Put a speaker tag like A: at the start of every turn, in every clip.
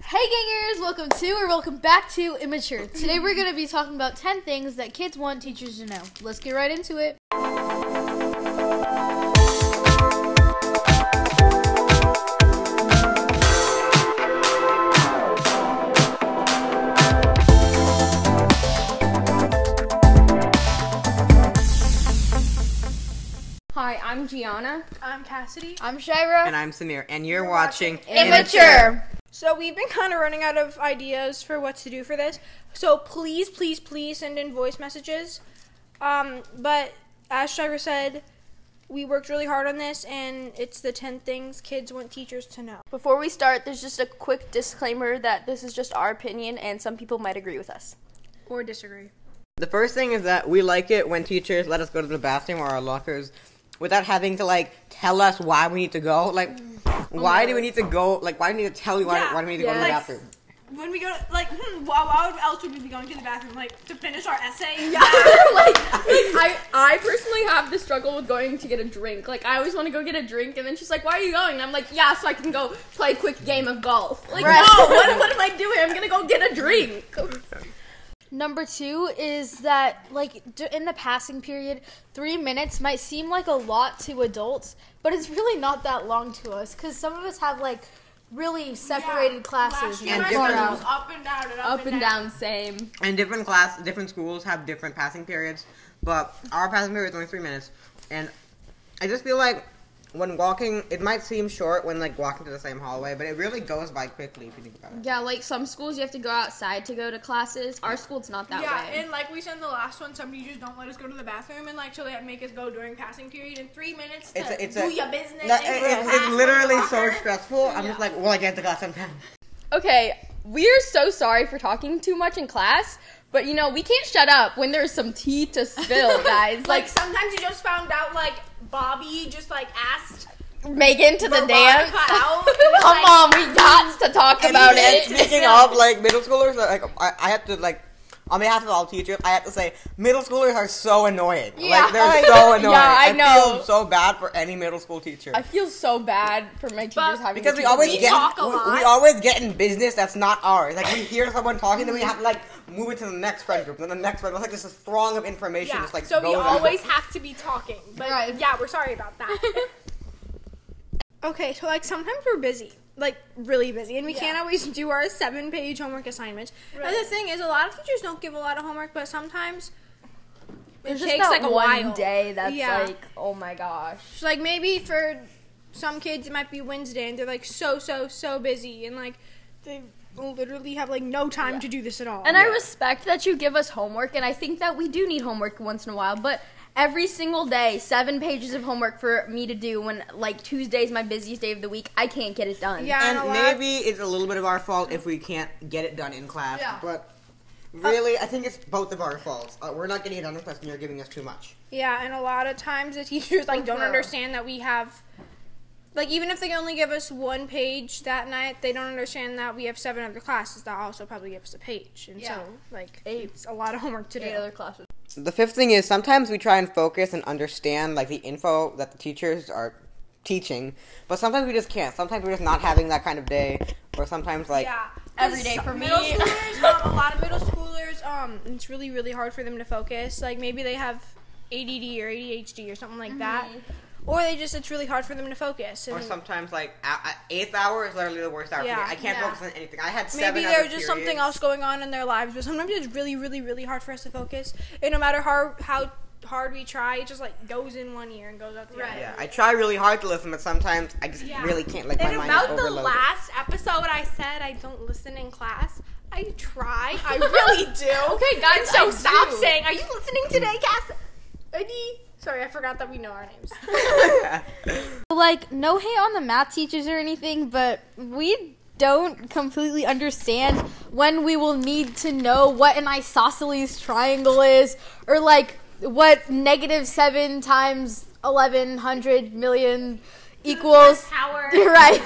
A: Hey gangers, welcome to or welcome back to Immature. Today we're going to be talking about 10 things that kids want teachers to know. Let's get right into it.
B: Hi, I'm Gianna.
C: I'm Cassidy.
A: I'm Shira.
D: And I'm Samir, and you're watching
A: Immature.
C: So we've been kind of running out of ideas for what to do for this. So please, please, please send in voice messages. Um, but as Shira said, we worked really hard on this, and it's the 10 things kids want teachers to know.
E: Before we start, there's just a quick disclaimer that this is just our opinion and some people might agree with us.
C: Or disagree.
D: The first thing is that we like it when teachers let us go to the bathroom or our lockers without having to like tell us why we need to go. Like, why do we need to go? Like, why do we need to tell you why,
F: Yeah.
D: why do we need to go to the
F: Like-
D: bathroom?
F: when we go to, like, hmm, why, why would- else would we be going to the bathroom? Like, to finish our essay?
B: like, like, I, I personally have the struggle with going to get a drink. Like, I always want to go get a drink, and then she's like, "Why are you going?" And I'm like, "Yeah, so I can go play a quick game of golf." Like, no, what, what am I doing? I'm gonna go get a drink.
A: Number 2 is that like d- in the passing period, 3 minutes might seem like a lot to adults, but it's really not that long to us cuz some of us have like really separated classes.
F: Last year,
D: And
F: my
D: different-
F: schedule was up and down and up,
B: Up and down, same.
D: And different class, different schools have different passing periods, but our passing period is only three minutes. And I just feel like when walking, it might seem short when like walking to the same hallway, but it really goes by quickly if you think about it.
B: Yeah, like some schools you have to go outside to go to classes. Our school's not that
F: Yeah,
B: way.
F: and like we said in the last one, some teachers don't let us go to the bathroom, and like so they make us go during passing period in three minutes to
D: It's a- it's
F: do
D: a-
F: your business.
D: Like,
F: and
D: it-
F: go
D: it's,
F: pass
D: it's literally
F: the
D: so
F: locker.
D: stressful. I'm just like, well, I get to class sometime.
B: Okay, we're so sorry for talking too much in class, but you know, we can't shut up when there's some tea to spill, guys.
F: Like sometimes you just found out like Bobby just like asked
B: Megan to the dance.
F: Veronica out.
B: Come on, we got to talk about it.
D: Speaking of like middle schoolers, like I, I have to like on behalf of all teachers, I have to say middle schoolers are so annoying.
B: Yeah.
D: like they're so annoying.
B: Yeah, I know.
D: feel so bad for any middle school teacher.
B: I feel so bad for my teachers having
D: because
B: to
D: we
B: teach
D: always
B: me.
D: get
F: talk a
D: we,
F: lot.
D: we always get in business that's not ours. Like we hear someone talking, then we have to like move it to the next friend group, then the next friend. It's like this is throng of information.
F: Yeah,
D: Just like
F: so we
D: goes on.
F: always have to be talking, but
A: Right.
F: yeah, we're sorry about that.
C: Okay, so like sometimes we're busy, like really busy, and we can't always do our seven page homework assignments. And the thing is, a lot of teachers don't give a lot of homework, but sometimes
B: There's
C: it
B: just
C: takes
B: that
C: like a
B: one
C: while.
B: day that's
C: Yeah.
B: like, oh my gosh.
C: So, like maybe for some kids, it might be Wednesday, and they're like so, so, so busy, and like they literally have like no time to do this at all.
B: And I respect that you give us homework, and I think that we do need homework once in a while, but every single day, seven pages of homework for me to do when, like, Tuesday's my busiest day of the week, I can't get it done.
C: yeah, and,
D: and
C: a lot-
D: maybe it's a little bit of our fault if we can't get it done in class. But really, I think it's both of our faults. Uh, we're not getting it done in class, and you're giving us too much.
C: yeah, and a lot of times the teachers like don't
B: girl.
C: understand that we have. Like even if they only give us one page that night, they don't understand that we have seven other classes that also probably give us a page, and so like it's a lot of homework to do.
B: Eight other classes.
D: The fifth thing is sometimes we try and focus and understand like the info that the teachers are teaching, but sometimes we just can't. Sometimes we're just not having that kind of day, or sometimes like
F: Yeah.
B: Every day for me.
F: Middle schoolers, um, a lot of middle schoolers, um,
C: it's really really hard for them to focus like maybe they have add or adhd or something like
B: Mm-hmm.
C: that or they just it's really hard for them to focus
D: Or
C: and
D: sometimes like a- a- eighth hour is literally the worst hour
C: Yeah.
D: for me. I can't
A: Yeah.
D: focus on anything. I had seven.
C: maybe
D: other
C: there's just something
D: periods.
C: else going on in their lives but sometimes it's really really really hard for us to focus and no matter how how hard we try it just like goes in one ear and goes out the other
D: Yeah, I try really hard to listen, but sometimes I just
F: Yeah.
D: really can't. Like
F: and
D: my
F: about
D: mind
F: the
D: is overloaded.
F: last episode, I said I don't listen in class. I try. I really do.
B: Okay, guys,
F: And so
B: I
F: stop
B: do.
F: saying. Are you listening today, Cass? Eddie? Sorry, I forgot that we know our names.
A: Like, no hate on the math teachers or anything, but we don't completely understand when we will need to know what an isosceles triangle is, or like what negative seven times eleven hundred million equals.
F: Power.
A: Right,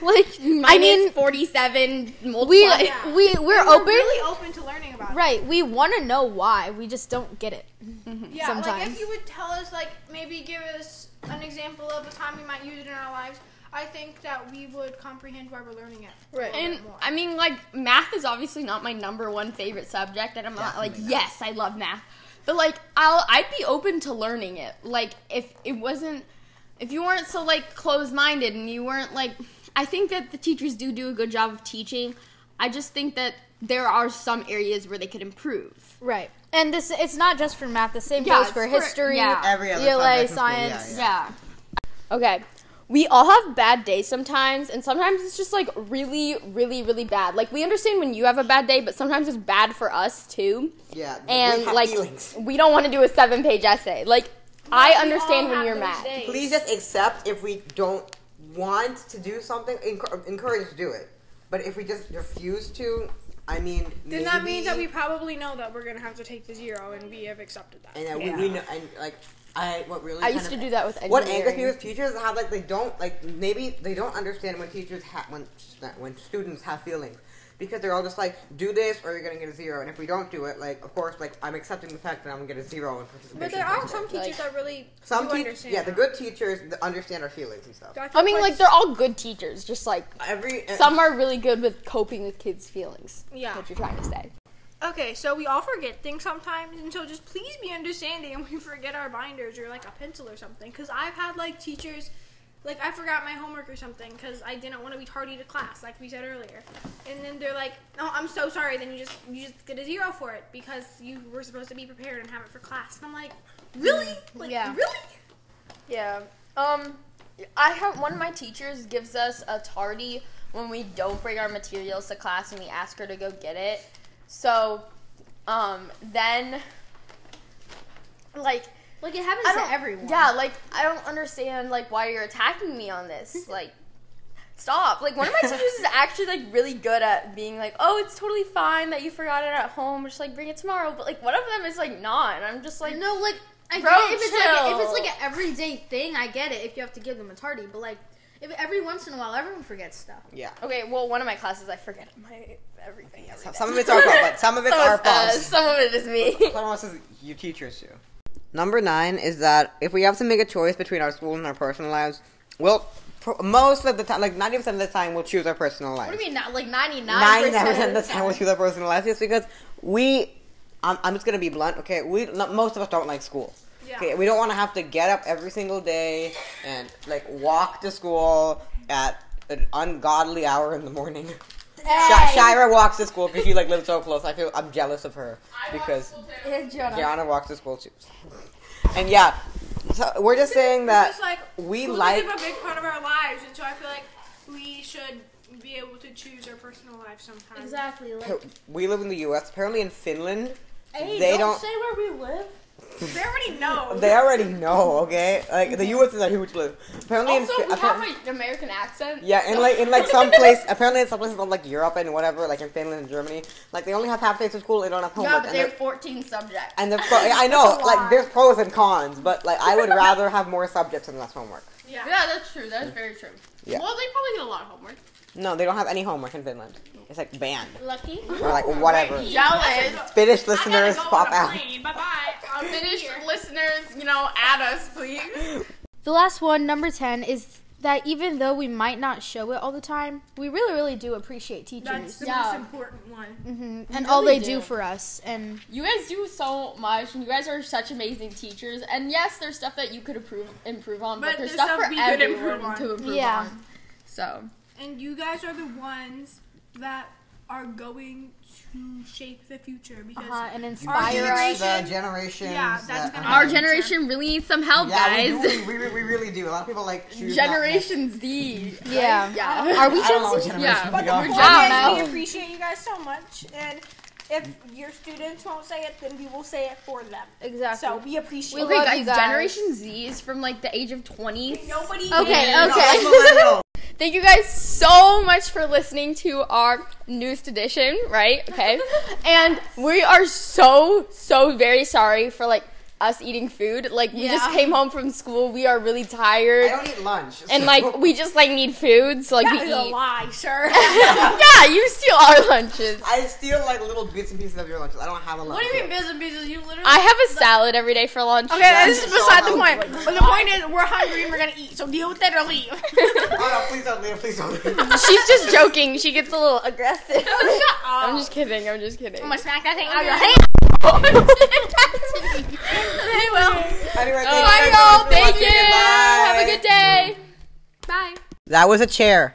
A: like I mean,
B: forty-seven.
A: we
B: multiplied.
A: we we're
B: Oh,
F: We're
A: open.
F: really open to learning about. it.
A: Right, we want to know why. We just don't get it.
F: Yeah, like
A: sometimes.
F: if you would tell us, like maybe give us an example of a time we might use it in our lives. I think that we would comprehend why we're learning it.
C: Right.
B: And I mean, like, math is obviously not my number one favorite subject, and I'm not like,
D: Definitely
B: yes, I love math, but like, I'll I'd be open to learning it. Like, if it wasn't, if you weren't so like closed-minded and you weren't like, I think that the teachers do do a good job of teaching. I just think that there are some areas where they could improve.
A: Right. And this it's not just for math. The same
B: Yeah,
A: goes for
B: it's for-
A: history,
B: yeah.
D: Every other
A: ELA,
D: subject in school, yeah,
A: science.
B: Yeah.
E: Okay. We all have bad days sometimes, and sometimes it's just like really, really, really bad. Like, we understand when you have a bad day, but sometimes it's bad for us too.
D: Yeah, we
E: And,
D: have
E: like,
D: feelings.
E: we don't want to do a seven page essay. Like, I understand when you're mad.
D: Please just accept if we don't want to do something, encour- encourage to do it. But if we just refuse to, I mean,
F: Then that means that we
D: maybe-
F: probably know that we're gonna have to take the zero, and we have accepted that.
D: and that we, we know, and like I what really
E: I
D: kind
E: used
D: of-
E: to do that with
D: What angers me
E: engineering.
D: with teachers is how like they don't like maybe they don't understand when teachers have when not when students have feelings because they're all just like do this or you're gonna get a zero and if we don't do it like of course like I'm accepting the fact that I'm gonna get a zero in participation.
F: But there are some teachers
E: Like-
F: that really
D: some
F: do
D: teachers
F: understand.
D: yeah the good teachers th- understand our feelings and stuff.
E: I mean, like, they're all good teachers, just like
D: Every eh,
E: some are really good with coping with kids' feelings.
F: Yeah.
E: What you're trying to say.
F: Okay, so we all forget things sometimes, and so just please be understanding when we forget our binders or like a pencil or something. Because I've had like teachers, like I forgot my homework or something because I didn't want to be tardy to class, like we said earlier. And then they're like, "No, I'm so sorry." Then you just you just get a zero for it because you were supposed to be prepared and have it for class. And I'm like, "Really? Like,
A: Yeah.
F: really?"
E: Yeah. Um, I have one of my teachers gives us a tardy when we don't bring our materials to class and we ask her to go get it. So, um, then, like,
A: Like it happens
E: I don't,
A: to everyone.
E: Yeah, like I don't understand like why you're attacking me on this. Like, stop. Like one of my teachers is actually like really good at being like, oh, it's totally fine that you forgot it at home. Just like bring it tomorrow. But like one of them is like not, and I'm just like,
A: No, like I
E: Bro,
A: get it if it's like a, if
E: chill.
A: it's like an everyday thing, I get it. If you have to give them a tardy, but like if every once in a while, everyone forgets stuff.
D: yeah.
E: Okay, well, one of my classes I forget my everything. every
D: Some-
E: day.
D: Some of it's our fault, but some of it's
E: So
D: our
E: it's us, uh,
D: fault.
E: some of it is me.
D: Someone else is you teachers too. Number nine is that if we have to make a choice between our school and our personal lives, we'll pro- most of the time, like ninety percent of the time, we'll choose our personal lives.
A: What do you mean? Not like ninety nine
D: Ninety-nine percent of the time, we'll choose our personal lives just because we. I'm, I'm just gonna be blunt, okay? We not, most of us don't like school.
F: Yeah.
D: Okay, we don't want to have to get up every single day and like walk to school at an ungodly hour in the morning. Sh- Shira walks to school because she like lives so close. I feel I'm jealous of her because Gianna walks to school too. And yeah, so we're just saying that
F: It's like
D: we
F: schools
D: like.
F: become a big part of our lives, and so I feel like we should be able to choose our personal lives sometimes.
A: Exactly. Like,
D: We live in the U.S. Apparently, in Finland,
A: hey,
D: they
A: don't,
D: don't-
A: say where we live.
F: They already know.
D: they already know. Okay, like the U.S. is a huge place. Apparently, in Fi- appar-
B: an American accent.
D: yeah, in like in like some place. Apparently, in some places like Europe and whatever, like in Finland and Germany, like they only have half days of school. They don't have homework.
B: Yeah, but
D: and
B: they have
D: they're-
B: 14 subjects.
D: and the pro- I know, like there's pros and cons, but like I would rather have more subjects and less homework.
F: yeah.
B: Yeah, that's true. That's very true.
D: Yeah.
B: Well, they probably get a lot of homework.
D: No, they don't have any homework in Finland. It's like banned
A: Lucky.
D: or like whatever.
B: Jealous.
D: Finnish listeners, pop out.
F: Bye bye.
B: Our Finnish listeners, you know, add us, please.
A: The last one, number ten, is that even though we might not show it all the time, we really, really do appreciate
F: That's
A: teachers
F: the
B: Yeah.
F: most important one.
A: and all they
B: really
A: do
B: do.
A: for us. And
B: You guys do so much, and you guys are such amazing teachers. And yes, there's stuff that you could improve improve on, but,
F: But
B: there's
F: there's
B: stuff,
F: stuff
B: for
F: we could
B: everyone
F: improve on.
B: to improve
A: Yeah.
B: on. So
F: And you guys are the ones that are going to shape the future because
A: uh, and
F: our
A: inspire us.
D: The
F: generation.
D: generations.
F: Yeah, that's
D: that-
F: gonna
B: our
F: Our
B: generation
F: generation
B: really needs some help,
D: Yeah, we,
B: guys.
D: do, we, we, we really do. A lot of people like choose not-
B: generation Z.
A: Yeah.
B: Yeah.
A: Are we
D: I don't
A: Gen
D: know what
A: Z?
D: generation
B: Yeah.
D: we are.
B: Gen-
F: Well,
B: I
F: guys,
B: don't
F: we
B: know.
F: appreciate you guys so much, and if your students won't say it, then we will say it for them.
A: Exactly.
F: So we appreciate.
A: We
F: it.
B: Okay,
A: love
B: guys,
A: you guys.
B: Generation Z is from like the age of 20.
F: Nobody.
B: Okay,
D: No,
B: okay.
D: that's millennial.
E: Thank you guys so much for listening to our newest edition, right? Okay. and we are so, so very sorry for like
B: us eating food. Like we just
G: Yeah.
B: came home from school, we are really
D: I
B: tired,
D: don't eat lunch.
B: and
D: so-
B: like we just like need food, so like we
F: That is
B: eat.
F: a lie, sir.
B: yeah, you steal our lunches.
D: I steal like little bits and pieces of your lunches. I don't have a lunch.
G: What do you mean bits and pieces? You literally.
B: I have a salad every day for lunch.
F: Okay, this
D: Yeah.
F: is beside the point. But the point is, we're hungry and we're gonna eat. So deal with it or leave.
D: Oh no! Please don't leave. Please don't leave.
B: She's just joking. She gets a little aggressive. I'm
F: I'm
B: just kidding. I'm just kidding.
F: I'm gonna smack that thing out of your
D: anyway,
B: Bye, y'all. Thank you. Have a good day.
D: That was a chair.